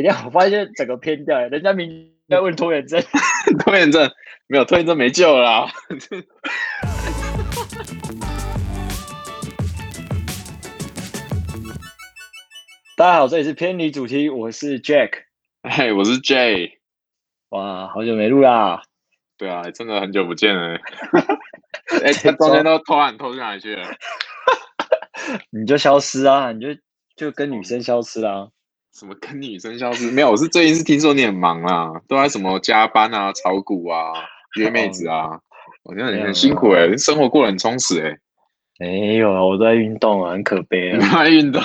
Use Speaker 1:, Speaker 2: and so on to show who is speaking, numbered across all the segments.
Speaker 1: 人家我发现整个偏掉，人家明在问拖延症，
Speaker 2: 拖延症没有，拖延症没救了啦。
Speaker 1: 大家好，这里是偏离主题，我是 Jack。
Speaker 2: 哎，我是 J，
Speaker 1: 哇，好久没录啦，
Speaker 2: 对啊，真的很久不见了。哎、他中间都偷懒偷去哪里去了？
Speaker 1: 你就消失啊，你就就跟女生消失啦。
Speaker 2: 什么跟女生消失？没有，我是最近是听说你很忙啊，都在什么加班啊、炒股啊、约妹子啊。我觉得你很辛苦哎、生活过得很充实哎、
Speaker 1: 没有啊，我都在运动啊，很可悲
Speaker 2: 你
Speaker 1: 啊。
Speaker 2: 爱运动。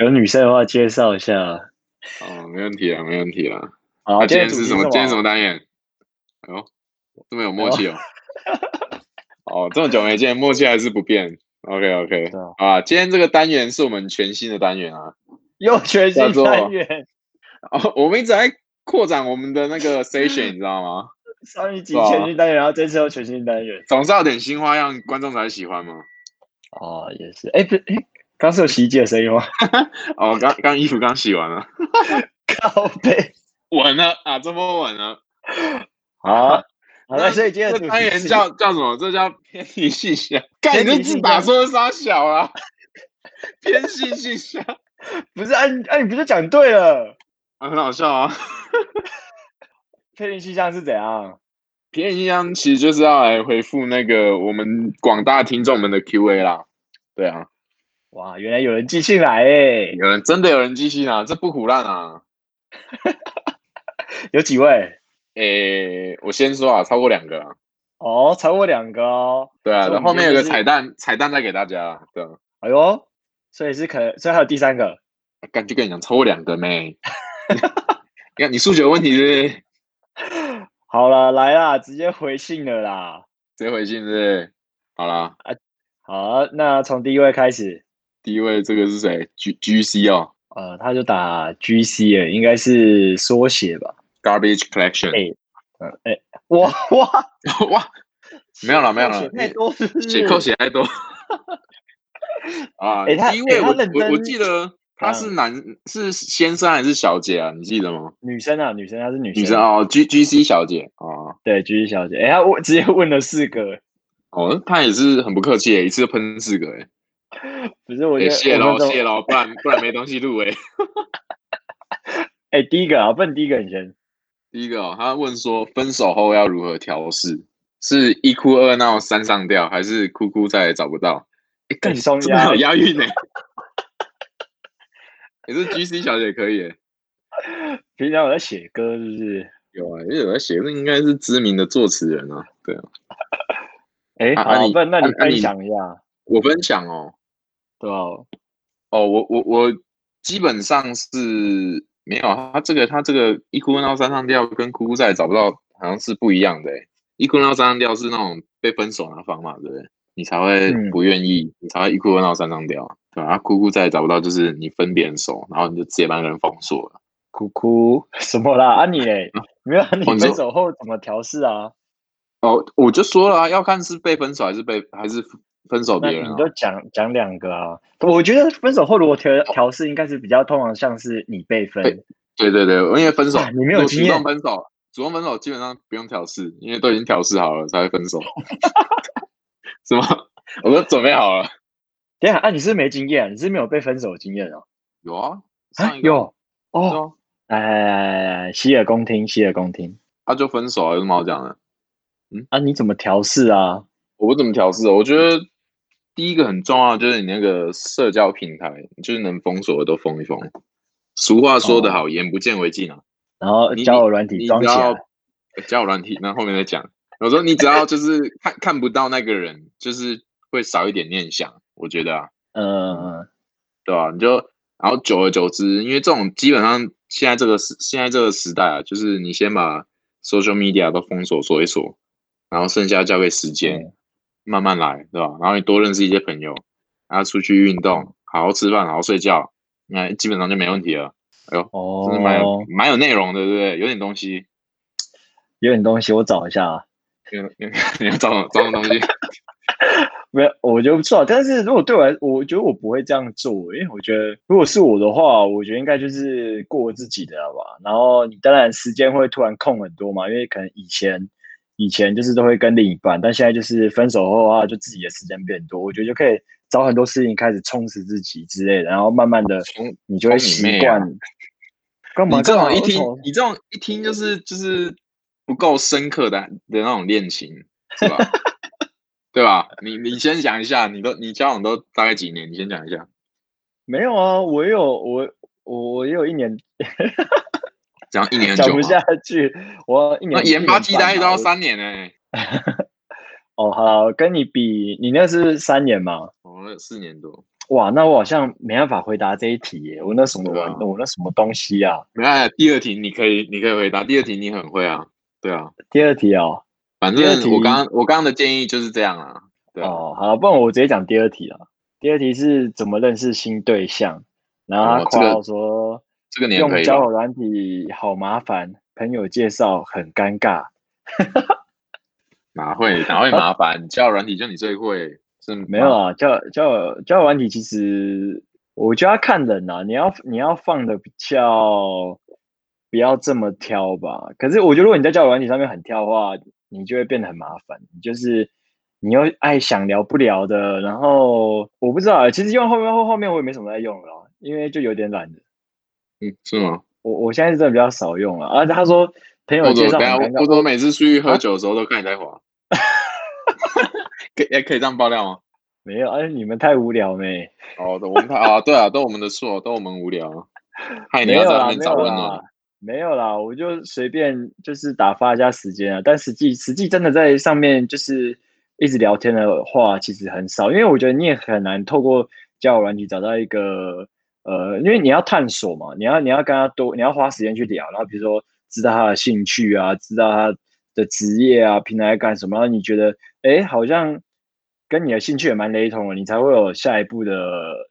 Speaker 1: 有女生的话介绍一下。
Speaker 2: 哦，没问题啊，没问题啊。
Speaker 1: 好，
Speaker 2: 那今
Speaker 1: 天
Speaker 2: 天
Speaker 1: 的主题
Speaker 2: 是什么？今天什
Speaker 1: 么
Speaker 2: 么单元？哎呦，这么有默契哦。
Speaker 1: 哎
Speaker 2: 哦，这么久没见，默契还是不变。OK OK
Speaker 1: 对啊
Speaker 2: 啊，今天这个单元是我们全新的单元啊。
Speaker 1: 又全
Speaker 2: 叫
Speaker 1: 新
Speaker 2: 做
Speaker 1: 单元，
Speaker 2: 哦，我们一直在扩展我们的那个 station，你知道吗？
Speaker 1: 上一集
Speaker 2: 对啊
Speaker 1: 全新单元，然后这次又全新单元。
Speaker 2: 总是要有点新花样，观众才会喜欢嘛。
Speaker 1: 哦，也是。哎，不，哎，刚是有洗衣机的声音 吗？
Speaker 2: 哦，刚刚衣服刚洗完了，
Speaker 1: 靠背。
Speaker 2: 稳了啊，这么稳了。
Speaker 1: 好，啊好
Speaker 2: 那
Speaker 1: 了，所以今天的
Speaker 2: 这
Speaker 1: 主题
Speaker 2: 单元
Speaker 1: 是
Speaker 2: 叫叫什么？这叫偏离信箱。干，你
Speaker 1: 偏
Speaker 2: 这
Speaker 1: 离
Speaker 2: 字
Speaker 1: 信
Speaker 2: 打
Speaker 1: 箱
Speaker 2: 错杀小啊！ 偏信信箱，
Speaker 1: 不是？哎、你哎、你不是讲对了？
Speaker 2: 啊很好笑啊。
Speaker 1: 推理气象是怎样？
Speaker 2: 偏离信箱其实就是要来回复那个我们广大听众们的 Q&A 啦。对啊，
Speaker 1: 哇，原来有人寄信来诶，
Speaker 2: 有人真的有人寄信啊，这不胡乱啊。
Speaker 1: 有几位？
Speaker 2: 诶，我先说啊，超过两个啦。
Speaker 1: 哦，超过两个哦。
Speaker 2: 对啊，
Speaker 1: 所以我们
Speaker 2: 然后后面
Speaker 1: 觉
Speaker 2: 有
Speaker 1: 得
Speaker 2: 个
Speaker 1: 是
Speaker 2: 彩蛋，彩蛋再给大家啊。对啊，
Speaker 1: 哎呦，所以是可能，所以还有第三个。
Speaker 2: 干就跟你讲，超过两个妹。 你看你数学有问题是不是？
Speaker 1: 好了，来啦，直接回信了啦。
Speaker 2: 直接回信是不是？好啦，
Speaker 1: 好，那从第一位开始，
Speaker 2: 第一位这个是谁？G G C 哦
Speaker 1: 呃，他就打 G C 了，应该是缩写吧？
Speaker 2: ，Garbage Collection。
Speaker 1: 哎嗯，哎、哇哇，
Speaker 2: 哇，没有啦没有啦
Speaker 1: 写太多是不是
Speaker 2: 写扣写 太多啊！
Speaker 1: 诶他
Speaker 2: 第一位
Speaker 1: 诶他
Speaker 2: 我
Speaker 1: 认
Speaker 2: 我我
Speaker 1: 真
Speaker 2: 记得他是
Speaker 1: 嗯
Speaker 2: 男是先生还是小姐啊？你记得吗？
Speaker 1: 女生啊，女生，她是女
Speaker 2: 女生哦，G G C 小姐哦
Speaker 1: 对，G C 小姐，哎、她问直接问了四个，
Speaker 2: 哦，他也是很不客气耶，一次喷四个哎。
Speaker 1: 不是我觉
Speaker 2: 欸
Speaker 1: 得
Speaker 2: 谢
Speaker 1: 我
Speaker 2: 喽
Speaker 1: 们怎么
Speaker 2: 谢喽，不然不然没东西录哎。
Speaker 1: 哎、第一个啊，问第一个你先。
Speaker 2: 第一个、哦，他问说分手后要如何调试，是一哭二闹三上吊，还是哭哭再也找不到？哎、干
Speaker 1: 哎双
Speaker 2: 真的
Speaker 1: 押
Speaker 2: 有押 韵呢、 也是 G C 小姐可以耶、
Speaker 1: 平常有在写歌是不是？
Speaker 2: 有啊，因为有在写，那应该是知名的作词人啊。对啊，
Speaker 1: 哎、
Speaker 2: 啊啊
Speaker 1: 好，
Speaker 2: 你
Speaker 1: 不然那
Speaker 2: 啊
Speaker 1: 你
Speaker 2: 啊
Speaker 1: 分
Speaker 2: 你
Speaker 1: 享一下，
Speaker 2: 我分享哦，
Speaker 1: 对吧、
Speaker 2: 哦，我我我基本上是没有啊他这个他这个一哭二闹三上吊跟哭哭再也找不到好像是不一样的、欸，一哭二闹三上吊是那种被分手那方嘛，对不对？你才会
Speaker 1: 嗯
Speaker 2: 不愿意，你才会一哭二闹三上吊，对吧、啊？哭哭再也找不到，就是你分别人手，然后你就直接把那个人封锁了。
Speaker 1: 哭哭什么啦？啊你 嘞？没有啊，你
Speaker 2: 哦
Speaker 1: 分
Speaker 2: 你说
Speaker 1: 手后怎么调试啊？
Speaker 2: 哦，我就说了、啊，要看是被分手还是被还是分手
Speaker 1: 那
Speaker 2: 别人、
Speaker 1: 你
Speaker 2: 啊。
Speaker 1: 就讲讲两个啊。我觉得分手后如果调调试，应该是比较通常像是你被分
Speaker 2: 被，对对对，因为 分手、
Speaker 1: 啊你没有
Speaker 2: 如果
Speaker 1: 经
Speaker 2: 主动
Speaker 1: 验
Speaker 2: 分手，主动分手基本上不用调试，因为都已经调试好了才会分手， 是吗？ 我都准备好了。
Speaker 1: 等一下啊，你是没经验，你是没有被分手的经验哦。
Speaker 2: 有啊，
Speaker 1: 啊
Speaker 2: 上，一个
Speaker 1: 有
Speaker 2: 对
Speaker 1: 哦，
Speaker 2: 啊，
Speaker 1: 来来来来来，洗耳恭听，洗耳恭听
Speaker 2: 他就分手啊，有什么好讲的？
Speaker 1: 啊！你怎么调试啊？
Speaker 2: 我不怎么调试哦，我觉得第一个很重要就是你那个社交平台，就是能封锁的都封一封。俗话说得好，眼不见为净啊。
Speaker 1: 然后
Speaker 2: 你
Speaker 1: 交友软体
Speaker 2: 你
Speaker 1: 哦装
Speaker 2: 只
Speaker 1: 起
Speaker 2: 要呃
Speaker 1: 来，嗯
Speaker 2: 交友软体，那后面再讲。我说你只要就是看看不到那个人，就是会少一点念想，我觉得啊，
Speaker 1: 嗯嗯嗯，
Speaker 2: 对吧、你就然后久而久之，因为这种基本上现在这个时现在这个时代啊，就是你先把 social media 都封锁锁一锁，然后剩下交给时间、
Speaker 1: 嗯
Speaker 2: 慢慢来，对吧、然后你多认识一些朋友，然后出去运动，好好吃饭，好好睡觉，那基本上就没问题了。
Speaker 1: 哦，
Speaker 2: 真的蛮有蛮有内容的，对不对？有点东西。
Speaker 1: 有点东西，我找一下啊。
Speaker 2: 你要你要找找什么东西？
Speaker 1: 没有，我觉得不错。啊但是如果对我来，我觉得我不会这样做，因为我觉得如果是我的话，我觉得应该就是过自己的了吧。然后你当然时间会突然空很多嘛，因为可能以前以前就是都会跟另一半，但现在就是分手后啊，就自己的时间变多，我觉得就可以找很多事情开始充实自己之类的，然后慢慢的
Speaker 2: 从
Speaker 1: 你就会
Speaker 2: 从你
Speaker 1: 习
Speaker 2: 妹啊
Speaker 1: 惯。干嘛
Speaker 2: 你这
Speaker 1: 干嘛
Speaker 2: 种一
Speaker 1: 我
Speaker 2: 听
Speaker 1: 从，
Speaker 2: 你这种一听就是就是不够深刻的的那种恋情，是吧？ 对吧？你你先讲一下，你都你交往都大概几年？你先讲一下。
Speaker 1: 没有啊，我也有我我我也有一年
Speaker 2: 讲一年很
Speaker 1: 讲
Speaker 2: 久
Speaker 1: 不
Speaker 2: 吗？
Speaker 1: 下去，我一年
Speaker 2: 那盐
Speaker 1: 一
Speaker 2: 巴
Speaker 1: 年
Speaker 2: 鸡
Speaker 1: 半
Speaker 2: 大概都
Speaker 1: 吧
Speaker 2: 要
Speaker 1: 我
Speaker 2: 三年欸呢、
Speaker 1: 哦，好啦我跟你比，你那是三年嘛？
Speaker 2: 我我哦四年多。
Speaker 1: 哇，那我好像没办法回答这一题耶，我那什么
Speaker 2: 对啊
Speaker 1: 玩，我那什么东西啊？
Speaker 2: 没有，第二题你可以你可以回答。第二题你很会啊，对啊。
Speaker 1: 第二题哦，
Speaker 2: 反
Speaker 1: 第二
Speaker 2: 正我
Speaker 1: 题
Speaker 2: 刚刚我刚刚的建议就是这样啊，对啊。
Speaker 1: 哦，好啦不然我直接讲第二题了。第二题是怎么认识新对象，然后他
Speaker 2: 哦这
Speaker 1: 夸
Speaker 2: 个
Speaker 1: 我说、
Speaker 2: 这个你也可
Speaker 1: 用
Speaker 2: 以
Speaker 1: 交
Speaker 2: 吧
Speaker 1: 友软体好麻烦，朋友介绍很尴尬。
Speaker 2: 哪会哪会麻烦？交友软体就你最会，是
Speaker 1: 没有啊，交交友交友软体其实我觉得要看人啊，你要你要放的比较不要这么挑吧。可是我觉得如果你在交友软体上面很挑的话，你就会变得很麻烦，你就是你又爱想聊不聊的，然后我不知道啊，其实用后面后后面我也没什么在用了啊，因为就有点懒了。
Speaker 2: 嗯是吗？我
Speaker 1: 我我现在是真的比较少用了啊。他说朋友啊
Speaker 2: 或者
Speaker 1: 介绍
Speaker 2: 等
Speaker 1: 很
Speaker 2: 下
Speaker 1: 尴
Speaker 2: 或
Speaker 1: 尬，
Speaker 2: 者哦啊我每次出去喝酒的时候都看你 在滑，可以哎可以这样爆料吗？
Speaker 1: 没有，哎、你们太无聊没？
Speaker 2: 哦，我们太啊对啊，都我们的错，都我们无聊啊，害你
Speaker 1: 没
Speaker 2: 要
Speaker 1: 有
Speaker 2: 在
Speaker 1: 啦，
Speaker 2: 那
Speaker 1: 没
Speaker 2: 边找
Speaker 1: 有
Speaker 2: 温暖
Speaker 1: 啦。，没有啦，我就随便就是打发一下时间啊。但实际实际真的在上面就是一直聊天的话，其实很少，因为我觉得你也很难透过交友软体找到一个呃，因为你要探索嘛，你要你要跟他多，你要花时间去聊，然后比如说知道他的兴趣啊，知道他的职业啊，平常在干什么，然后你觉得哎好像。跟你的兴趣也蛮雷同的，你才会有下一步的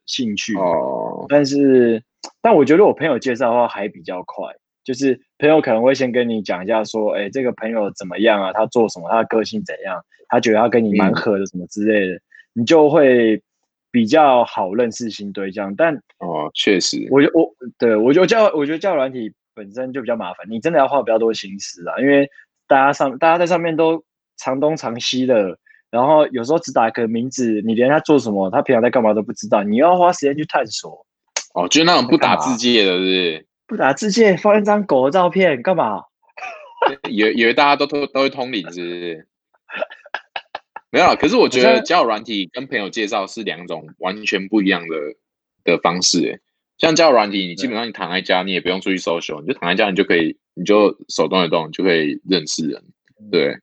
Speaker 1: 兴趣嘛
Speaker 2: 哦，
Speaker 1: 但是，但我觉得我朋友介绍的话还比较快，就是朋友可能会先跟你讲一下，说，哎，这个朋友怎么样啊？他做什么？他的个性怎样？他觉得他跟你蛮
Speaker 2: 嗯
Speaker 1: 合的，什么之类的，你就会比较好认识新对象。但
Speaker 2: 哦，确实，
Speaker 1: 我觉得我对我觉得教我觉得教软体本身就比较麻烦，你真的要花比较多心思啊，因为大家上大家在上面都长东长西的，然后有时候只打个名字，你连他做什么，他平常在干嘛都不知道，你要花时间去探索。
Speaker 2: 哦，就那种不打
Speaker 1: 干嘛啊
Speaker 2: 字界的，是不是？
Speaker 1: 不打字界放一张狗的照片干嘛？
Speaker 2: 以为以为大家都都都会通灵，是不是？没有啊，可是我觉
Speaker 1: 好
Speaker 2: 得
Speaker 1: 像
Speaker 2: 交友软体跟朋友介绍是两种完全不一样的的方式、欸。像交友软体，你基本上你躺在家，你也不用出去 social，你就躺在家，你就可以，你就手动一动，你就可以认识人。对。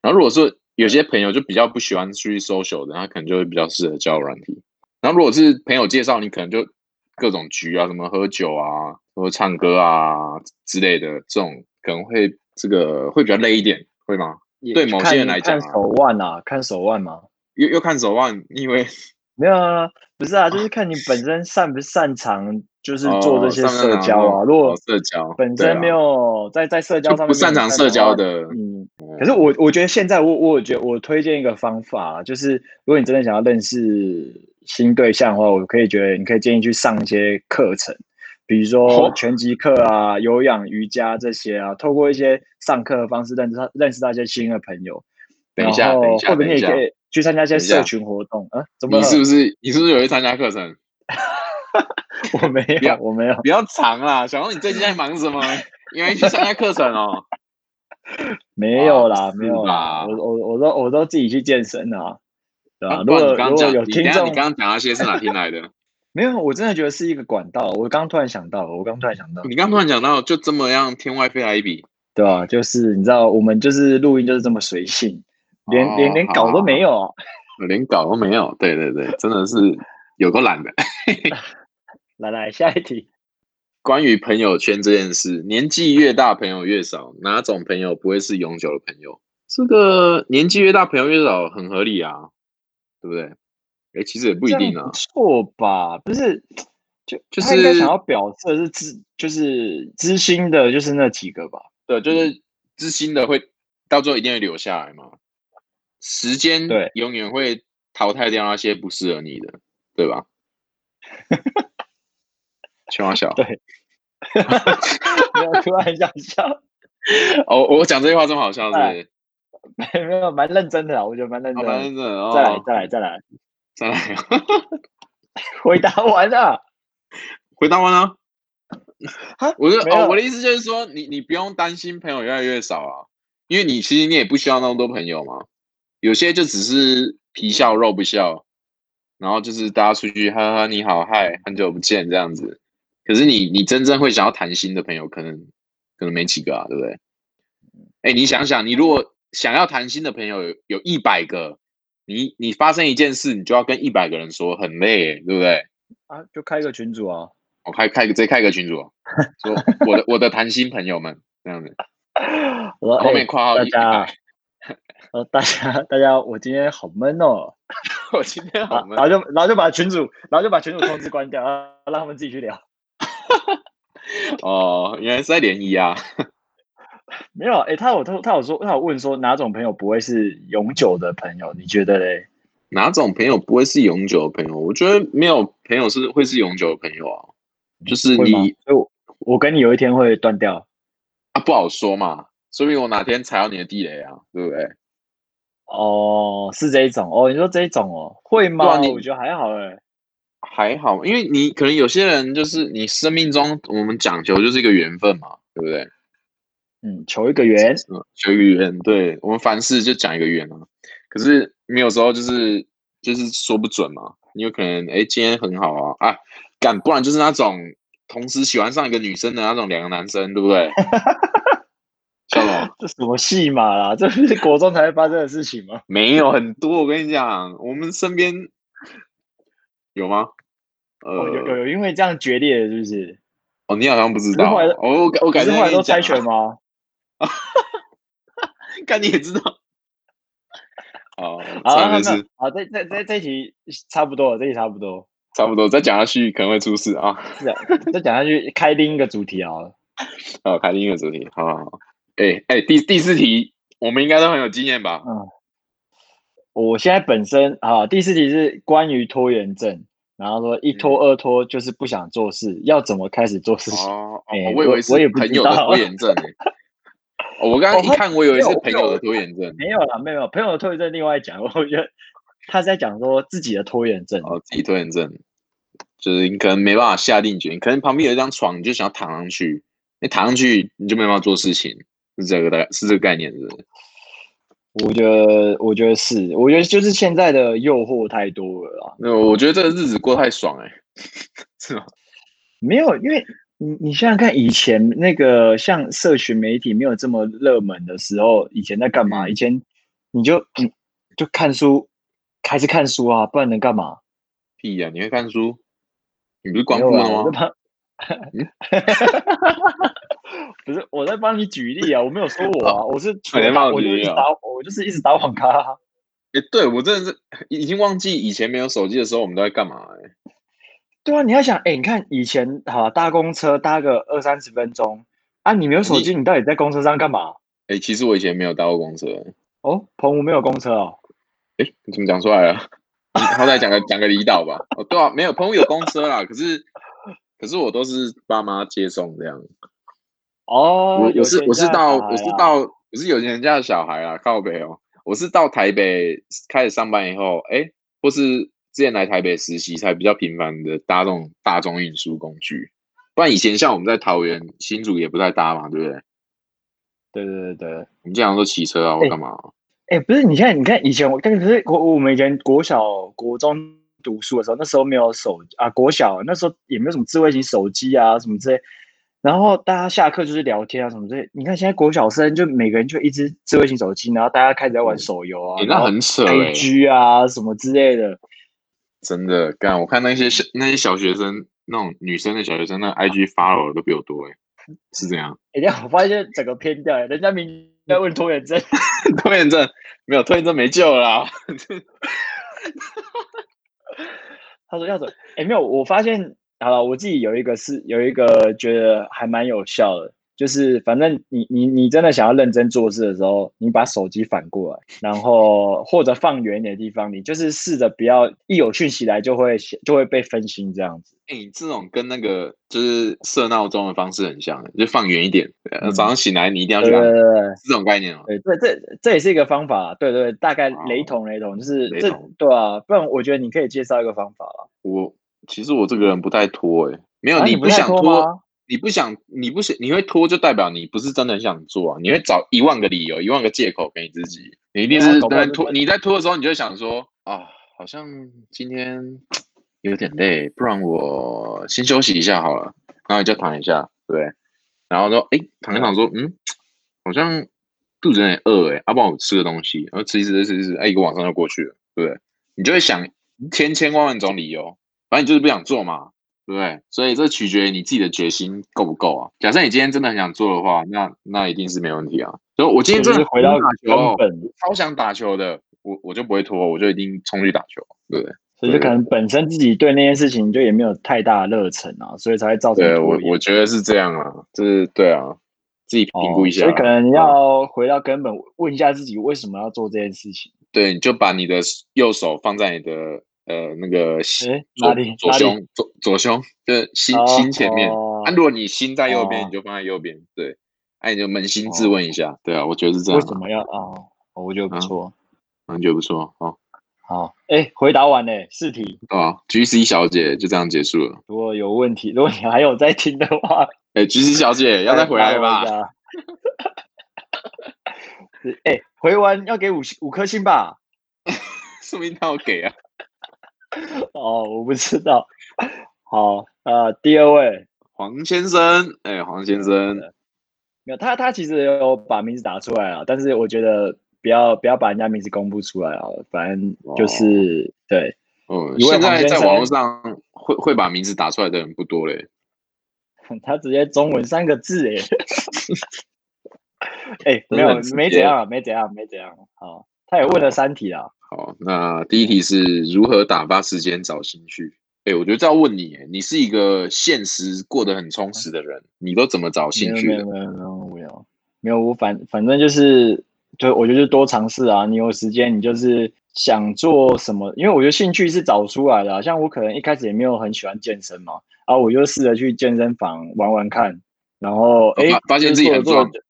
Speaker 2: 然后如果说有些朋友就比较不喜欢出去 social 的，他可能就会比较适合交友软体。然后如果是朋友介绍，你可能就各种局啊，什么喝酒啊，或者唱歌啊之类的，这种可能会这个会比较累一点，会吗？
Speaker 1: 也
Speaker 2: 对某些人来讲啊
Speaker 1: 看手腕啊，看手腕嘛。
Speaker 2: 又又看手腕，你以为
Speaker 1: 没有啊，不是啊，就是看你本身擅不擅长，就是做这
Speaker 2: 哦
Speaker 1: 些
Speaker 2: 上面
Speaker 1: 社
Speaker 2: 哪
Speaker 1: 交啊。
Speaker 2: 弄
Speaker 1: 如果
Speaker 2: 哦社交
Speaker 1: 本
Speaker 2: 对
Speaker 1: 身
Speaker 2: 啊
Speaker 1: 没有在在社交
Speaker 2: 就
Speaker 1: 上面
Speaker 2: 不擅
Speaker 1: 没有
Speaker 2: 长
Speaker 1: 擅
Speaker 2: 社
Speaker 1: 的话
Speaker 2: 交，的，
Speaker 1: 嗯，可是我我觉得现在我我觉得我推荐一个方法啊，就是如果你真的想要认识新对象的话，我可以觉得你可以建议去上一些课程，比如说
Speaker 2: 哦
Speaker 1: 拳击课啊、有氧瑜伽这些啊，透过一些上课的方式认识到认识到一些新的朋友。
Speaker 2: 等一下，
Speaker 1: 然后
Speaker 2: 等一下，
Speaker 1: 或者
Speaker 2: 等
Speaker 1: 你也
Speaker 2: 一下
Speaker 1: 可，以去参加一些
Speaker 2: 等一下
Speaker 1: 社群活动啊？怎么了？
Speaker 2: 你 是不是你是不是有去参加课程？
Speaker 1: 我没
Speaker 2: 不要
Speaker 1: 有，我没有。
Speaker 2: 比较长啦，小龙，你最近在忙什 么？因为去参加课程哦。
Speaker 1: 没有啦，
Speaker 2: 啊
Speaker 1: 没有
Speaker 2: 是
Speaker 1: 啦，
Speaker 2: 吧
Speaker 1: 我我我都我都自己去健身啊，对吧、
Speaker 2: 啊
Speaker 1: 如
Speaker 2: 不然
Speaker 1: 果
Speaker 2: 你刚
Speaker 1: 如果
Speaker 2: 刚讲，
Speaker 1: 有
Speaker 2: 你等
Speaker 1: 听
Speaker 2: 一下你
Speaker 1: 众
Speaker 2: 刚刚讲那些是哪听来的？
Speaker 1: 没有，我真的觉得是一个管道。我刚突然想到，我刚突然想到，
Speaker 2: 你刚突然讲到，就这么样天外飞来一笔，
Speaker 1: 对吧、就是你知道，我们就是录音就是这么随性，连、
Speaker 2: 哦
Speaker 1: 连连
Speaker 2: 好
Speaker 1: 稿都
Speaker 2: 好
Speaker 1: 没有啊。
Speaker 2: 我连稿都没有。对对对，真的是有够懒的。
Speaker 1: 来来，下一题。
Speaker 2: 关于朋友圈这件事，年纪越大，朋友越少，哪种朋友不会是永久的朋友？这个年纪越大，朋友越少，很合理啊，对不对？哎，其实也不一
Speaker 1: 这样
Speaker 2: 定啊
Speaker 1: 不。错吧？不是，就
Speaker 2: 就
Speaker 1: 他应该
Speaker 2: 是
Speaker 1: 想要表示的是知，就是知心的，就是那几个吧。
Speaker 2: 对，就是知心的会到最后一定会留下来嘛。时间
Speaker 1: 对
Speaker 2: 永远会淘汰掉那些不适合你的，对 吧？青蛙笑，
Speaker 1: 对，没有突然想笑，
Speaker 2: 哦，我讲这句话这么好笑是不是？
Speaker 1: 没有蛮认真的啊啦，我觉得蛮认
Speaker 2: 好
Speaker 1: 哎真
Speaker 2: 蛮
Speaker 1: 的。
Speaker 2: 认真的哦，
Speaker 1: 再来，再来，再来，
Speaker 2: 再来，
Speaker 1: 回答完了。
Speaker 2: 回答完了。
Speaker 1: 哈
Speaker 2: 我是
Speaker 1: 啊没有
Speaker 2: 哦，我的意思就是说，你你不用担心朋友越来越少啊，因为你其实你也不需要那么多朋友嘛。有些就只是皮笑肉不笑，然后就是大家出去哈哈你好嗨，很久不见这样子。可是你你真正会想要谈心的朋友，可能可能没几个啊，对不对？哎，你想想，你如果想要谈心的朋友有有一百个，你你发生一件事，你就要跟一百个人说，很累耶，对不对？
Speaker 1: 啊，就开一个群组啊。
Speaker 2: 我哦开开个直接开一个群组哦，说我的我的谈心朋友们这样子，
Speaker 1: 我
Speaker 2: 后面
Speaker 1: 哎
Speaker 2: 括号
Speaker 1: 大
Speaker 2: 一
Speaker 1: 家
Speaker 2: 百，
Speaker 1: 呃，大家大家，我今天好闷哦。
Speaker 2: 我今天
Speaker 1: 啊
Speaker 2: 好闷
Speaker 1: 然，后就然后就把群主，然后就把群主通知关掉，啊让他们自己去聊。
Speaker 2: 哦，原来是在联谊啊，
Speaker 1: 没有，哎，他有他有他有说，他有问说哪种朋友不会是永久的朋友？你觉得嘞？
Speaker 2: 哪种朋友不会是永久的朋友？我觉得没有朋友是会是永久的朋友啊，就是
Speaker 1: 会吗
Speaker 2: 你
Speaker 1: 所以我我跟你有一天会断掉。
Speaker 2: 啊不好说嘛，说不定我哪天踩到你的地雷啊，对不对？
Speaker 1: 哦，是这一种哦，你说这一种哦，会吗？
Speaker 2: 啊你
Speaker 1: 我觉得还好哎。
Speaker 2: 还好，因为你可能有些人就是你生命中我们讲求就是一个缘分嘛，对不对？
Speaker 1: 嗯，求一个圆，
Speaker 2: 嗯，求一个缘，对我们凡事就讲一个缘啊。可是没有时候就是就是说不准嘛，你有可能哎、诶今天很好啊啊，干，不然就是那种同时喜欢上一个女生的那种两个男生，对不对？笑什么？
Speaker 1: 这什么戏码啦？ 这不是国中才会发生的事情吗？
Speaker 2: 没有很多，我跟你讲，我们身边有吗？呃，
Speaker 1: 哦，有有有，因为这样决裂了是不是？
Speaker 2: 哦，你好像不知
Speaker 1: 可是
Speaker 2: 道，
Speaker 1: 后来
Speaker 2: 哦我改我
Speaker 1: 可
Speaker 2: 改
Speaker 1: 是
Speaker 2: 天
Speaker 1: 后来
Speaker 2: 跟
Speaker 1: 都
Speaker 2: 你讲
Speaker 1: 猜
Speaker 2: 啊
Speaker 1: 拳吗？
Speaker 2: 干你也知道。哦，
Speaker 1: 好，
Speaker 2: 算
Speaker 1: 那
Speaker 2: 了，没事，
Speaker 1: 好，这这这这题差不多了，这题差不多。
Speaker 2: 差不多，再讲下去可能会出事啊。
Speaker 1: 是啊， 再讲下去开另一个主题好了。
Speaker 2: 哦，开另一个主题，好好好。哎、哎、第第四题，我们应该都很有经 验吧？
Speaker 1: 我现在本身啊，第四题是关于拖延症，然后说一拖二拖就是不想做事，要怎么开始做事情？
Speaker 2: 嗯哦，哦
Speaker 1: 哎
Speaker 2: 我以
Speaker 1: 我
Speaker 2: 为是
Speaker 1: 我也不
Speaker 2: 朋
Speaker 1: 知
Speaker 2: 友的
Speaker 1: 道
Speaker 2: 拖延症、欸。哦我刚刚
Speaker 1: 哦
Speaker 2: 一
Speaker 1: 他
Speaker 2: 看，我以为是
Speaker 1: 没有
Speaker 2: 朋友的拖延症。
Speaker 1: 没有啦，没有朋友的拖延症另外讲，我觉得他是在讲说自己的拖延症。
Speaker 2: 哦，自己拖延症，就是你可能没办法下定决心，可能旁边有一张床，你就想要躺上去，你躺上去你就没办法做事情，是这个大概是这个概念是不是？
Speaker 1: 我觉得，我觉得是，我觉得就是现在的诱惑太多了啦。
Speaker 2: 那我觉得这个日子过得太爽哎、 是吗？
Speaker 1: 没有，因为你你想想看，以前那个像社群媒体没有这么热门的时候，以前在干嘛？
Speaker 2: 嗯
Speaker 1: 以前你就 嗯就看书，还是看书啊，不然能干嘛？
Speaker 2: 屁呀、你会看书？你不
Speaker 1: 没
Speaker 2: 是光
Speaker 1: 有
Speaker 2: 复
Speaker 1: 啦
Speaker 2: 了
Speaker 1: 我在
Speaker 2: 吗？
Speaker 1: 帮， 不是我在帮你举例啊，我没有说我
Speaker 2: 哦
Speaker 1: 啊，我是除
Speaker 2: 你在
Speaker 1: 了
Speaker 2: 帮
Speaker 1: 打，
Speaker 2: 我
Speaker 1: 我就
Speaker 2: 举
Speaker 1: 一
Speaker 2: 例
Speaker 1: 直
Speaker 2: 啊
Speaker 1: 打，我就是一直打网咖啊、
Speaker 2: 哎、对我真的是已经忘记以前没有手机的时候我们都在干嘛、欸。
Speaker 1: 对啊，你要想，哎、你看以前好搭公车搭个二三十分钟啊，你没有手
Speaker 2: 你
Speaker 1: 机，你到底在公车上干嘛？
Speaker 2: 哎、其实我以前没有搭过公车，
Speaker 1: 哦，澎湖没有公车哦。
Speaker 2: 你怎么讲出来了？你好歹讲个讲个离岛吧。哦，对啊，没有，澎湖有公车啦，可是可是我都是爸妈接送这样。
Speaker 1: 哦
Speaker 2: 我，
Speaker 1: 有
Speaker 2: 我是
Speaker 1: 钱
Speaker 2: 我是
Speaker 1: 家的
Speaker 2: 到
Speaker 1: 小
Speaker 2: 我是
Speaker 1: 孩啊
Speaker 2: 到我是有钱人家的小孩啊，靠北哦。我是到台北开始上班以后，哎、或是之前来台北实习才比较频繁的搭这种大众运输工具。不然以前像我们在桃园、新竹也不太搭嘛，对不对？
Speaker 1: 对对对对，
Speaker 2: 我们经常都骑车啊，或
Speaker 1: 哎
Speaker 2: 干嘛、
Speaker 1: 哎，不是，你现在你看以前我，但可是我我们以前国小、国中读书的时候，那时候没有手啊，国小那时候也没有什么智慧型手机啊什么之类，然后大家下课就是聊天啊什么之类。你看现在国小生就每个人就一只智慧型手机，然后大家开始在玩
Speaker 2: 嗯
Speaker 1: 手游啊，
Speaker 2: 哎、
Speaker 1: 然
Speaker 2: 那
Speaker 1: 后
Speaker 2: 很扯哎、
Speaker 1: IG 啊什么之类的。
Speaker 2: 真的干！我看那些小那些小学生，那种女生的小学生，那 IG follow 的都比我多哎、是这样？
Speaker 1: 哎，这样我发现整个偏掉，欸人家明在问拖延症，
Speaker 2: 拖延症没有拖延症没救了啦，
Speaker 1: 他说要怎？哎，没有，我发现好了，我自己有一个是有一个觉得还蛮有效的，就是反正你你你真的想要认真做事的时候，你把手机反过来，然后或者放远一点的地方，你就是试着不要一有讯息来就会就会被分心这样子。
Speaker 2: 哎、你这种跟那个就是设闹钟的方式很像，就放远一点，呃
Speaker 1: 嗯
Speaker 2: 早上醒来你一定要
Speaker 1: 对
Speaker 2: 去
Speaker 1: 对
Speaker 2: 按，
Speaker 1: 对对。
Speaker 2: 是这种概念哦。
Speaker 1: 对，这这这也是一个方法，对对，大概雷同雷同，就是
Speaker 2: 哦雷
Speaker 1: 这
Speaker 2: 同
Speaker 1: 对啊，不然我觉得你可以介绍一个方法了。
Speaker 2: 我其实我这个人不太拖、欸，没有、
Speaker 1: 啊
Speaker 2: 你
Speaker 1: 你不太
Speaker 2: 想
Speaker 1: 拖
Speaker 2: 拖
Speaker 1: 吗，
Speaker 2: 你不想，你不想，你会拖就代表你不是真的很想做啊，你会找一万个理由、一万个借口给你自己，你一定
Speaker 1: 对啊
Speaker 2: 是
Speaker 1: 搞不好
Speaker 2: 在
Speaker 1: 就
Speaker 2: 拖，
Speaker 1: 是
Speaker 2: 你在拖的时候，你就会想说啊，好像今天有点累，不然我先休息一下好了，然后你就躺一下，对不对，然后说哎、诶躺一躺说嗯，好像肚子有点饿哎、欸，要、不然我吃个东西，然后吃一吃吃一吃，哎、一个晚上就过去了，对不对？你就会想千千万万种理由，反正你就是不想做嘛，对不对？所以这取决于你自己的决心够不够啊。假设你今天真的很想做的话，那那一定是没问题啊。所以我今天真
Speaker 1: 就
Speaker 2: 的
Speaker 1: 是回到
Speaker 2: 很想打球
Speaker 1: 根，本，
Speaker 2: 超想打球的，我我就不会拖，我就一定冲去打球，对不对？
Speaker 1: 所以就可能本身自己对那件事情就也没有太大的热忱啊，所以才会造成
Speaker 2: 对
Speaker 1: 拖
Speaker 2: 我
Speaker 1: 延
Speaker 2: 我觉得是这样啊，就是对啊，自己评估一
Speaker 1: 哦
Speaker 2: 下啊，
Speaker 1: 所以可能要回到根本，问一下自己为什么要做这件事情。
Speaker 2: 对，你就把你的右手放在你的呃那个膝
Speaker 1: 诶，哪
Speaker 2: 左
Speaker 1: 里
Speaker 2: 左
Speaker 1: 哪里
Speaker 2: 胸左左胸，就是心
Speaker 1: 哦
Speaker 2: 心前面。
Speaker 1: 哦
Speaker 2: 啊，如果你心在右边，
Speaker 1: 哦
Speaker 2: 你就放在右边，对，哎，你就扪心自问一下，对啊，我觉得是这样
Speaker 1: 为
Speaker 2: 啊
Speaker 1: 什，么要啊？哦我觉得不
Speaker 2: 嗯
Speaker 1: 错。
Speaker 2: 感觉得不错哦，
Speaker 1: 好，哎，回答完嘞，试题。
Speaker 2: 对啊，G C 小姐就这样结束了，
Speaker 1: 如果有问题，如果你还有在听的 话，
Speaker 2: 哎，G C 小姐要再回来吧，
Speaker 1: 哎。哎、回完要给五星五颗星吧？
Speaker 2: 说明她要给啊，
Speaker 1: 哦，我不知道。 好，呃，第二位，
Speaker 2: 黄先生，哎，黄先生，
Speaker 1: 没有他，他其实有把名字打出来了，但是我觉得不要不要把人家名字公布出来啊，反正就是、对，
Speaker 2: 哦，
Speaker 1: 一位黄
Speaker 2: 现在
Speaker 1: 先
Speaker 2: 在网络
Speaker 1: 生
Speaker 2: 上会会把名字打出来的人不多嘞，
Speaker 1: 他直接中文三个字哎， 哎、没
Speaker 2: 真的
Speaker 1: 有
Speaker 2: 很直
Speaker 1: 没
Speaker 2: 接
Speaker 1: 怎样啊，没怎样，没怎样。好，他也问了三题啊，
Speaker 2: 好，那第一题是如何打发时间找兴趣？哎、我觉得这要问你，你是一个现实过得很充实的人，你都怎么找兴趣
Speaker 1: 没
Speaker 2: 的
Speaker 1: 有？没有没有没有没有，我反反正就是，就我觉得就多尝试啊。你有时间，你就是想做什么，因为我觉得兴趣是找出来的啊、像我可能一开始也没有很喜欢健身嘛，啊，我就试着去健身房玩玩看，然后哎、
Speaker 2: 哦发发现
Speaker 1: 就是
Speaker 2: 自
Speaker 1: 做着
Speaker 2: 己很
Speaker 1: 做着
Speaker 2: 壮
Speaker 1: 就，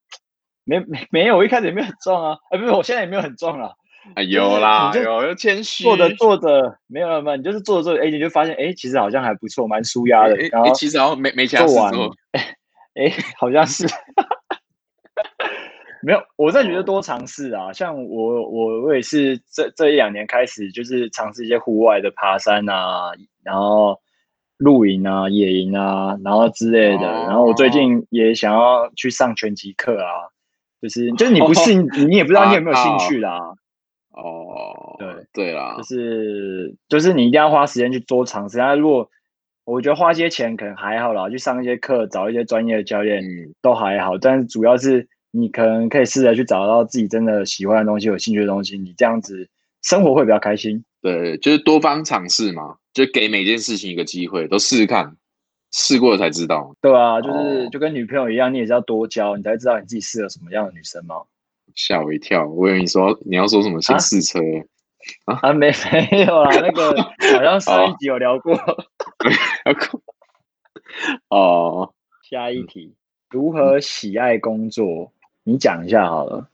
Speaker 1: 没没没有，我一开始也没有很壮啊，哎、不是，我现在也没有很壮啊。
Speaker 2: 哎，有啦，
Speaker 1: 你就
Speaker 2: 有要谦虚。
Speaker 1: 做着做着，没有没有，你就是做着做着，哎、你就发现哎、其实好像还不错，蛮舒压
Speaker 2: 哎
Speaker 1: 的。
Speaker 2: 哎、
Speaker 1: 然后
Speaker 2: 哎其实好像没没其他
Speaker 1: 做
Speaker 2: 事
Speaker 1: 完
Speaker 2: 做，
Speaker 1: 哎、好像是， 没有，我在觉
Speaker 2: 哦
Speaker 1: 得多尝试啊。像我，我我也是这这一两年开始，就是尝试一些户外的爬山啊，然后露营啊、野营啊，然后之类的。然后我
Speaker 2: 哦
Speaker 1: 最近也想要去上拳击课啊，就是就是你不是你你也不知道你有没有
Speaker 2: 啊
Speaker 1: 兴趣啦、
Speaker 2: 哦，
Speaker 1: 对
Speaker 2: 对啦
Speaker 1: 就，是就是你一定要花时间去多尝试。那如果我觉得花些钱可能还好啦，去上一些课，找一些专业的教练。
Speaker 2: 嗯，
Speaker 1: 都还好，但是主要是你可能可以试着去找到自己真的喜欢的东西、有兴趣的东西，你这样子生活会比较开心。
Speaker 2: 对，就是多方尝试嘛，就给每件事情一个机会，都试试看，试过了才知道。
Speaker 1: 对啊，就是、
Speaker 2: 哦
Speaker 1: 就跟女朋友一样，你也是要多交，你才知道你自己适合什么样的女生嘛。
Speaker 2: 吓我一跳，我以为你说你要说什么先
Speaker 1: 啊
Speaker 2: 试车，
Speaker 1: 啊，没 没有啦，那 个好像上一集有聊过。
Speaker 2: 哦。
Speaker 1: 下一题，如何喜爱工作？你讲一下好了。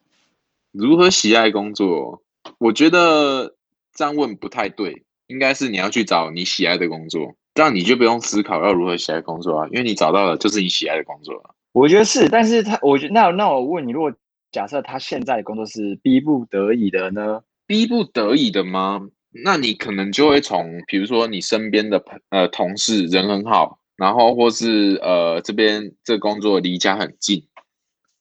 Speaker 2: 如何喜爱工作？我觉得这样问不太对，应该是你要去找你喜爱的工作，这样你就不用思考要如何喜爱工作啊，因为你找到了就是你喜爱的工作了。
Speaker 1: 我觉得是，但是他，我觉得那那我问你，如果假设他现在的工作是逼不得已的呢？
Speaker 2: 逼不得已的吗？那你可能就会从，比如说你身边的朋呃同事人很好，然后或是呃这边这个工作离家很近，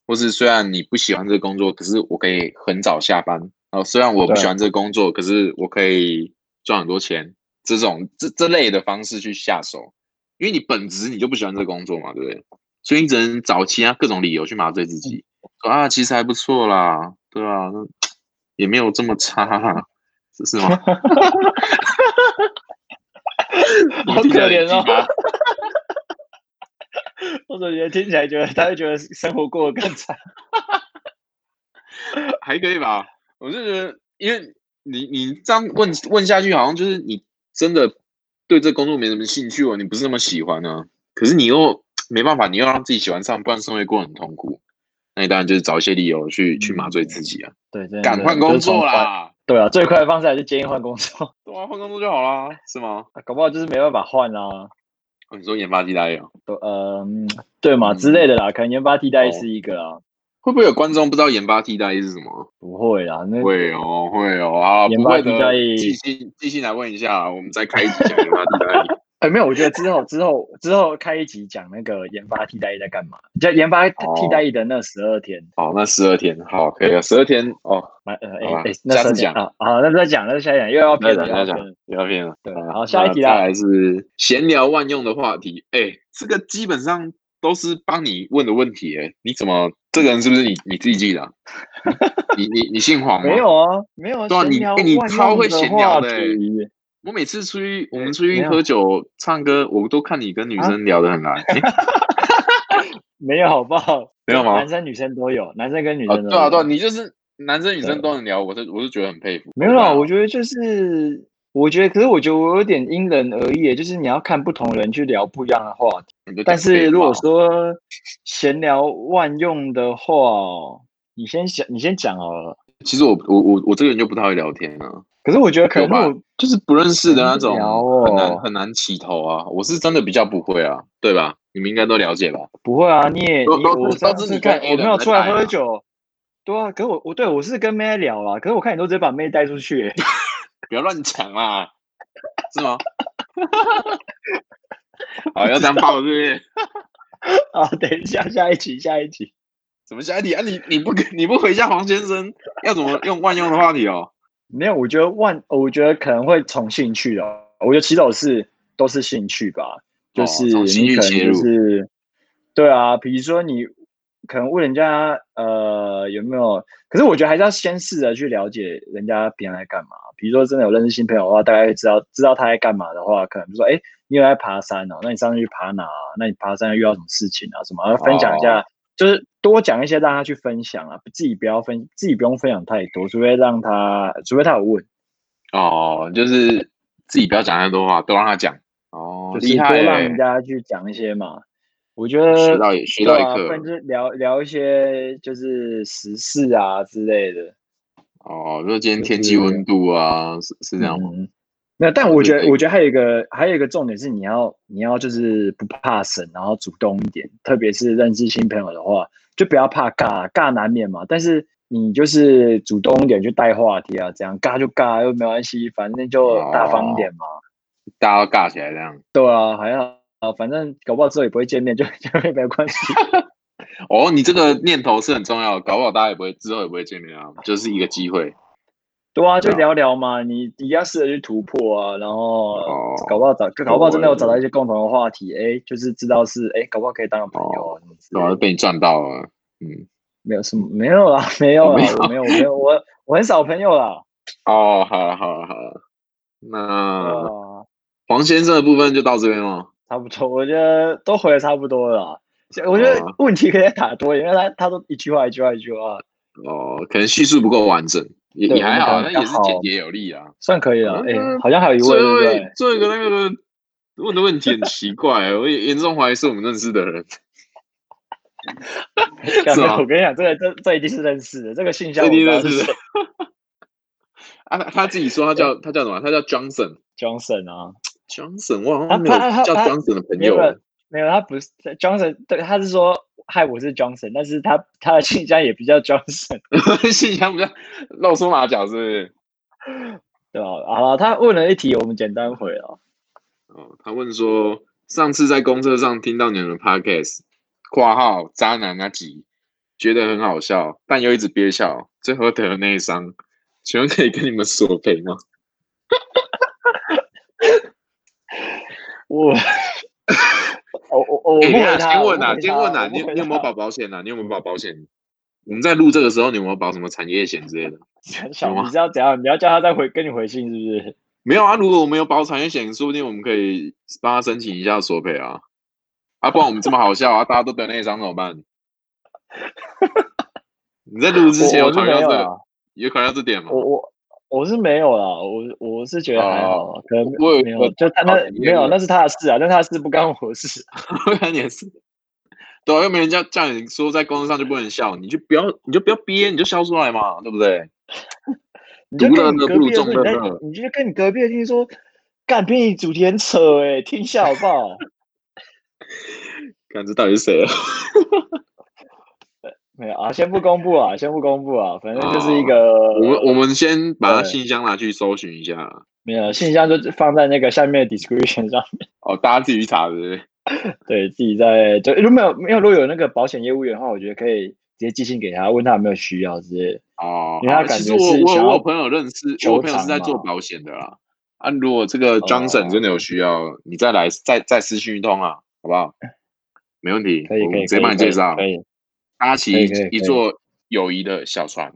Speaker 2: 或是虽然你不喜欢这个工作，可是我可以很早下班。然后虽然我不
Speaker 1: 对
Speaker 2: 喜欢这个工作，可是我可以赚很多钱，这种这这类的方式去下手，因为你本质你就不喜欢这个工作嘛，对不对？所以你只能找其他各种理由去麻醉自己，说啊其实还不错啦，对啊，那也没有这么差啦，是是吗？
Speaker 1: 好可怜哦我总觉得听起来觉得他会觉得生活过得更惨。
Speaker 2: 还可以吧？我就觉得，因为你你这样问问下去，好像就是你真的对这工作没什么兴趣哦，你不是那么喜欢呢、可是你又没办法，你要让自己喜欢上，不然生活过得很痛苦。那你当然就是找一些理由去去麻醉自己啊，
Speaker 1: 嗯对，真的
Speaker 2: 赶
Speaker 1: 是
Speaker 2: 换工作。
Speaker 1: 就是从换
Speaker 2: 啦！
Speaker 1: 对啊，最快的方式还是建议换工作，
Speaker 2: 对啊，换工作就好啦，是吗？
Speaker 1: 搞不好就是没办法换啊。
Speaker 2: 哦你说研发替代哦，
Speaker 1: 都呃，嗯对嘛之
Speaker 2: 嗯
Speaker 1: 类的啦，可能研发替代
Speaker 2: 哦
Speaker 1: 是一个啦，
Speaker 2: 会不会有观众不知道研发替代是什么？
Speaker 1: 不会啦，那
Speaker 2: 会哦，会哦，啊，
Speaker 1: 研
Speaker 2: 不
Speaker 1: 发
Speaker 2: 会
Speaker 1: 替代
Speaker 2: 的，寄信寄信来问一下，我们再开一集讲研发替代。
Speaker 1: 哎、没有，我觉得之后之后之后开一集讲那个研发替代役在干嘛，就研发
Speaker 2: 哦
Speaker 1: 替代役的那十二天，
Speaker 2: 好，那十二天，好，可以了，十二天哦，
Speaker 1: 蛮呃
Speaker 2: 好
Speaker 1: 哎
Speaker 2: 吧
Speaker 1: 哎，那
Speaker 2: 下次
Speaker 1: 12天
Speaker 2: 讲
Speaker 1: 啊，好，那再讲，那下一讲又要
Speaker 2: 那
Speaker 1: 骗
Speaker 2: 等
Speaker 1: 人
Speaker 2: 一下
Speaker 1: 了，
Speaker 2: 讲
Speaker 1: 真的
Speaker 2: 不要骗了。
Speaker 1: 对
Speaker 2: 啊
Speaker 1: 好下一
Speaker 2: 那
Speaker 1: 题啦
Speaker 2: 再来是闲聊万用的话题。哎、这个基本上都是帮你问的问题、哎，你怎么这个人是不是你你自己记的 啊、你你你姓黄吗？
Speaker 1: 没有，啊，没有啊，
Speaker 2: 对啊
Speaker 1: 闲
Speaker 2: 你
Speaker 1: 聊
Speaker 2: 哎你
Speaker 1: 万
Speaker 2: 超
Speaker 1: 用
Speaker 2: 会
Speaker 1: 的
Speaker 2: 闲聊
Speaker 1: 话
Speaker 2: 的欸
Speaker 1: 题，
Speaker 2: 我每次出去，我
Speaker 1: 没
Speaker 2: 们出去
Speaker 1: 没有啊
Speaker 2: 喝酒、唱歌，我都看你跟女生聊得很来。哎
Speaker 1: 没有好不好？
Speaker 2: 没有吗
Speaker 1: 男生女生都有，男生跟女
Speaker 2: 啊
Speaker 1: 生都
Speaker 2: 对啊，
Speaker 1: 有
Speaker 2: 对啊，你就是男生女
Speaker 1: 对啊
Speaker 2: 生都能聊，我是我是觉得很佩服。
Speaker 1: 没有啦，
Speaker 2: 对啊
Speaker 1: 我觉得就是，我觉得，可是我觉得我有点因人而异，就是你要看不同人去聊不一样的话题。
Speaker 2: 你都讲
Speaker 1: 但是
Speaker 2: 废
Speaker 1: 如果
Speaker 2: 话
Speaker 1: 说闲聊万用的话，哦你先想，你先讲好了。
Speaker 2: 其实我我我我这个人就不太会聊天啊。
Speaker 1: 可是我觉得可
Speaker 2: 有吧
Speaker 1: 能我
Speaker 2: 就是不认识的那种
Speaker 1: 很无聊哦，
Speaker 2: 很难很难起头啊。我是真的比较不会啊，对吧？你们应该都了解吧？
Speaker 1: 不会啊，你也
Speaker 2: 都
Speaker 1: 你
Speaker 2: 都
Speaker 1: 我
Speaker 2: 都
Speaker 1: 上
Speaker 2: 是
Speaker 1: 次
Speaker 2: 你
Speaker 1: 看
Speaker 2: 跟
Speaker 1: 我
Speaker 2: Alan
Speaker 1: 没有
Speaker 2: 在
Speaker 1: 出来
Speaker 2: 带
Speaker 1: 喝
Speaker 2: 嘛
Speaker 1: 酒，对啊，可是我我对我是跟妹聊啦，可是我看你都直接把妹带出 去欸，
Speaker 2: 不要乱讲啦，是吗？ 好，要当炮是不是？
Speaker 1: 啊，等一下下一集下一集，
Speaker 2: 怎么下一题啊？你你不跟你不回一下黄先生，要怎么用万用的话题哦？
Speaker 1: 没有，我觉得万，我觉得可能会从兴趣的，我觉得起手是都是兴趣吧，就
Speaker 2: 哦
Speaker 1: 是
Speaker 2: 从兴
Speaker 1: 你
Speaker 2: 趣
Speaker 1: 可能
Speaker 2: 切
Speaker 1: 就
Speaker 2: 入
Speaker 1: 是，对啊，比如说你可能问人家呃有没有，可是我觉得还是要先试着去了解人家平常在干嘛。比如说真的有认识新朋友的话，大概会知道知道他在干嘛的话，可能就说哎，诶你有在爬山哦，那你上次去爬哪、啊？那你爬山遇到什么事情啊？什么？然后分享一
Speaker 2: 哦
Speaker 1: 下，就是多讲一些让他去分享啊，自己不要分，自己不用分享太多，除非让他，除非他有问。
Speaker 2: 哦，就是自己不要讲太多话，都让他讲。哦，
Speaker 1: 就是
Speaker 2: 厉
Speaker 1: 多
Speaker 2: 害
Speaker 1: 让
Speaker 2: 欸
Speaker 1: 人！家去讲一些嘛。我觉得
Speaker 2: 学到也学到
Speaker 1: 对
Speaker 2: 一
Speaker 1: 啊，
Speaker 2: 课
Speaker 1: 不然就是聊聊一些就是时事啊之类的。
Speaker 2: 哦，就今天
Speaker 1: 就
Speaker 2: 天气
Speaker 1: 是
Speaker 2: 温度啊，是是这样吗？
Speaker 1: 嗯，那但我
Speaker 2: 对
Speaker 1: 觉得，
Speaker 2: 对
Speaker 1: 我觉得还有一个还有一个重点是，你要你要就是不怕神，然后主动一点，特别是认识新朋友的话，就不要怕尬，尬难免嘛。但是你就是主动一点去带话题啊，这样尬就尬又没关系，反正就
Speaker 2: 哦
Speaker 1: 大方一点嘛。
Speaker 2: 大家都尬起来这样。
Speaker 1: 对啊，还好啊，反正搞不好之后也不会见面，就 就也没关系。
Speaker 2: 哦，你这个念头是很重要的，搞不好大家也不会之后也不会见面啊，就是一个机会。
Speaker 1: 对啊，就
Speaker 2: 对啊
Speaker 1: 聊聊嘛，你你要试着去突破啊，然后、
Speaker 2: 哦
Speaker 1: 搞不好找，搞不好真的有
Speaker 2: 对
Speaker 1: 找到一些共同的话题，哎，就是知道是哎，搞不好可以当个朋友啊，什么之
Speaker 2: 哦对吧、
Speaker 1: 类的
Speaker 2: 被你赚到了，嗯，
Speaker 1: 没有什么，没有啦，没有啦，我没有，我没有，我我很少朋友啦。
Speaker 2: 哦，好了好了好了，那
Speaker 1: 啊，
Speaker 2: 黄先生的部分就到这边了。
Speaker 1: 差不多，我觉得都回的差不多了啦。我觉得
Speaker 2: 哦
Speaker 1: 问题可以再打多一点，因为他他都一句话一句话一句话，
Speaker 2: 哦，可能叙述不够完整，也
Speaker 1: 对
Speaker 2: 也还好，
Speaker 1: 我们
Speaker 2: 那
Speaker 1: 刚
Speaker 2: 也是
Speaker 1: 刚
Speaker 2: 简
Speaker 1: 好
Speaker 2: 洁有力啊。
Speaker 1: 算可以了。哎、
Speaker 2: 嗯
Speaker 1: 好像还有一位，
Speaker 2: 最
Speaker 1: 对
Speaker 2: 后
Speaker 1: 不
Speaker 2: 一
Speaker 1: 对？
Speaker 2: 最后一个那个问的问题很奇怪、我也严重怀疑是我们认识的人，
Speaker 1: 干
Speaker 2: 是
Speaker 1: 没
Speaker 2: 吗
Speaker 1: 有我跟你讲，这个这这一定是认识的，这个信箱
Speaker 2: 这
Speaker 1: 我
Speaker 2: 一定
Speaker 1: 知道
Speaker 2: 认识
Speaker 1: 是
Speaker 2: 的
Speaker 1: 谁。
Speaker 2: 啊，他他自己说他叫他叫什么？他叫 Johnson。
Speaker 1: Johnson 啊。
Speaker 2: Johnson，我好
Speaker 1: 啊
Speaker 2: 像没有
Speaker 1: 他他
Speaker 2: 叫
Speaker 1: 他
Speaker 2: Johnson 的朋
Speaker 1: 没有没有
Speaker 2: 友了。
Speaker 1: 没有，他不是 Johnson，对，他是说嗨，我是 Johnson，但是他他的信箱也比较 Johnson，
Speaker 2: 信箱比较露出马脚，是不是？
Speaker 1: 对吧？好了，他问了一题，我们简单回了。
Speaker 2: 哦，他问说，上次在公车上听到你们的 podcast，括号渣男那集，觉得很好笑，但又一直憋笑，最后得了内伤，请问可以跟你们索赔吗？
Speaker 1: 我我我哦我我不
Speaker 2: 哎
Speaker 1: 回
Speaker 2: 等一下
Speaker 1: 他，
Speaker 2: 先
Speaker 1: 我
Speaker 2: 问
Speaker 1: 不
Speaker 2: 啊，
Speaker 1: 回
Speaker 2: 先
Speaker 1: 他
Speaker 2: 问啊，
Speaker 1: 我不
Speaker 2: 你
Speaker 1: 回
Speaker 2: 你有没有
Speaker 1: 他
Speaker 2: 保保险啊？你有没有保保险？我们在录这个时候，你有没有保什么产业险之类的？
Speaker 1: 很小
Speaker 2: 有吗
Speaker 1: 你知道怎样？你要叫他再回跟你回信是不是？
Speaker 2: 没有啊，如果我们有保产业险，说不定我们可以帮他申请一下索赔啊。啊，不然我们这么好笑 啊，大家都得内伤怎么办？你在录之前
Speaker 1: 我
Speaker 2: 有
Speaker 1: 我是
Speaker 2: 考虑
Speaker 1: 没
Speaker 2: 到这
Speaker 1: 有
Speaker 2: 个，
Speaker 1: 啦，
Speaker 2: 有考虑到这点吗？
Speaker 1: 我我我是没有啦，我我是觉得还好啦，可能
Speaker 2: 哦我有一
Speaker 1: 没
Speaker 2: 个
Speaker 1: 有，就他
Speaker 2: 好
Speaker 1: 那
Speaker 2: 奇的
Speaker 1: 没有，
Speaker 2: 问
Speaker 1: 那是他的事啊，但他的事不干我的事。
Speaker 2: 我看也是，对啊，又没人叫叫你说在工作上就不能笑，你就不要，你就不要憋，你就笑出来嘛，对不对？
Speaker 1: 你就
Speaker 2: 独
Speaker 1: 跟
Speaker 2: 乐
Speaker 1: 你
Speaker 2: 乐
Speaker 1: 隔
Speaker 2: 不如
Speaker 1: 壁的
Speaker 2: 众
Speaker 1: 说你
Speaker 2: 乐
Speaker 1: 在
Speaker 2: 乐
Speaker 1: 你就跟你隔壁的听说，干片你主题很扯哎、听一下好不好？
Speaker 2: 看这到底是谁啊？
Speaker 1: 没有啊，先不公布啊，先不公布啊，反正就是一个、
Speaker 2: 哦我们我们先把他
Speaker 1: 对
Speaker 2: 信箱拿去搜寻一下，
Speaker 1: 没有信箱就放在那个 下面的 description 上，
Speaker 2: 哦，大家自己去查，对不对？
Speaker 1: 对自己在就如果没有没有如果有那个保险业务员的话，我觉得可以直接寄信给他，问他有没有需要之类的。
Speaker 2: 哦，
Speaker 1: 因为他
Speaker 2: 啊
Speaker 1: 感
Speaker 2: 其实
Speaker 1: 觉
Speaker 2: 我
Speaker 1: 是
Speaker 2: 我
Speaker 1: 想
Speaker 2: 我
Speaker 1: 要
Speaker 2: 有朋友认识，我
Speaker 1: 求
Speaker 2: 有朋友是在
Speaker 1: 偿
Speaker 2: 做
Speaker 1: 嘛哦
Speaker 2: 保险的啦。啊，如果这个 Johnson 真的有需要，你再来再再私讯一通啊，好不好？没问题，
Speaker 1: 可以
Speaker 2: 我
Speaker 1: 可以，
Speaker 2: 哦直接
Speaker 1: 可以
Speaker 2: 帮你
Speaker 1: 可
Speaker 2: 介
Speaker 1: 以
Speaker 2: 绍，
Speaker 1: 可以。
Speaker 2: 搭起
Speaker 1: 可以
Speaker 2: 一
Speaker 1: 可以
Speaker 2: 一
Speaker 1: 可以
Speaker 2: 座友谊的小船，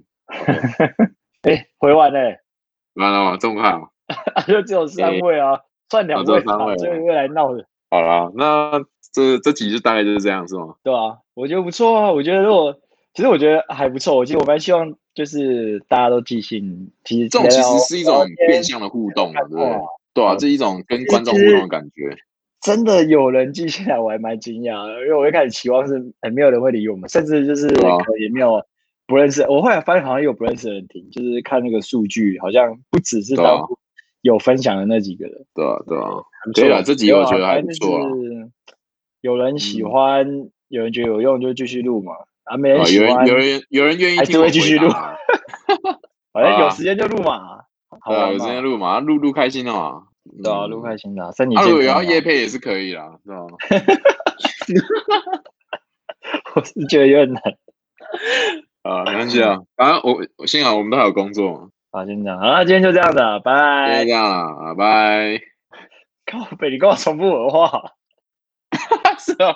Speaker 1: 哎，回完嘞，
Speaker 2: 完了吗？这么快哦。
Speaker 1: 啊就只有三位啊，算两
Speaker 2: 哦只有
Speaker 1: 位
Speaker 2: 三位
Speaker 1: 啊，最后一位来闹的，
Speaker 2: 好啦，那这这集就大概就是这样，是哦吗？
Speaker 1: 对吧、我觉得不错啊，我觉得如果其实我觉得还不错，我其实我蛮希望就是大家都寄信，其实
Speaker 2: 这种其实是一种变
Speaker 1: 变
Speaker 2: 相的互动啊，对不
Speaker 1: 哇
Speaker 2: 对？对啊，
Speaker 1: 嗯
Speaker 2: 这是一种跟观众
Speaker 1: 其
Speaker 2: 互
Speaker 1: 实
Speaker 2: 动的感觉。
Speaker 1: 真的有人寄信来，我还蛮惊讶的，因为我一开始期望是哎没有人会理我们，甚至就是
Speaker 2: 对啊
Speaker 1: 可能也没有不认识。我后来发现好像有不认识的人听，就是看那个数据，好像不只是
Speaker 2: 对啊
Speaker 1: 当初有分享的那几个人。
Speaker 2: 对啊，对啊，
Speaker 1: 很不
Speaker 2: 可以
Speaker 1: 错
Speaker 2: 啦这集
Speaker 1: 对
Speaker 2: 我
Speaker 1: 啊
Speaker 2: 觉得还
Speaker 1: 反
Speaker 2: 不
Speaker 1: 正
Speaker 2: 错啊
Speaker 1: 就是有人喜
Speaker 2: 嗯
Speaker 1: 欢，有人觉得有用就继续录嘛，啊没
Speaker 2: 对
Speaker 1: 人
Speaker 2: 啊
Speaker 1: 喜
Speaker 2: 有人
Speaker 1: 欢，
Speaker 2: 有人有人愿意
Speaker 1: 还是
Speaker 2: 听我
Speaker 1: 会继续
Speaker 2: 回答
Speaker 1: 录
Speaker 2: 啊，
Speaker 1: 反正
Speaker 2: 啊
Speaker 1: 有时间就录嘛，好
Speaker 2: 对啊，
Speaker 1: 玩
Speaker 2: 有
Speaker 1: 嘛
Speaker 2: 时间录嘛，录录开心的嘛。
Speaker 1: 对啊，
Speaker 2: 嗯
Speaker 1: 录开心的啊，身体
Speaker 2: 啊，如果
Speaker 1: 健
Speaker 2: 有
Speaker 1: 康
Speaker 2: 要
Speaker 1: 啊。
Speaker 2: 夜配也是可以啦，对吧？
Speaker 1: 我是觉得有点难
Speaker 2: 啊，没关系啊，反正我我幸好我们都还有工作嘛，
Speaker 1: 啊，先这样，好，那今天就这样子啊，
Speaker 2: 今天
Speaker 1: 拜
Speaker 2: 就。这样啦，拜拜。
Speaker 1: 靠北，你跟我重复我的话。
Speaker 2: 是哦。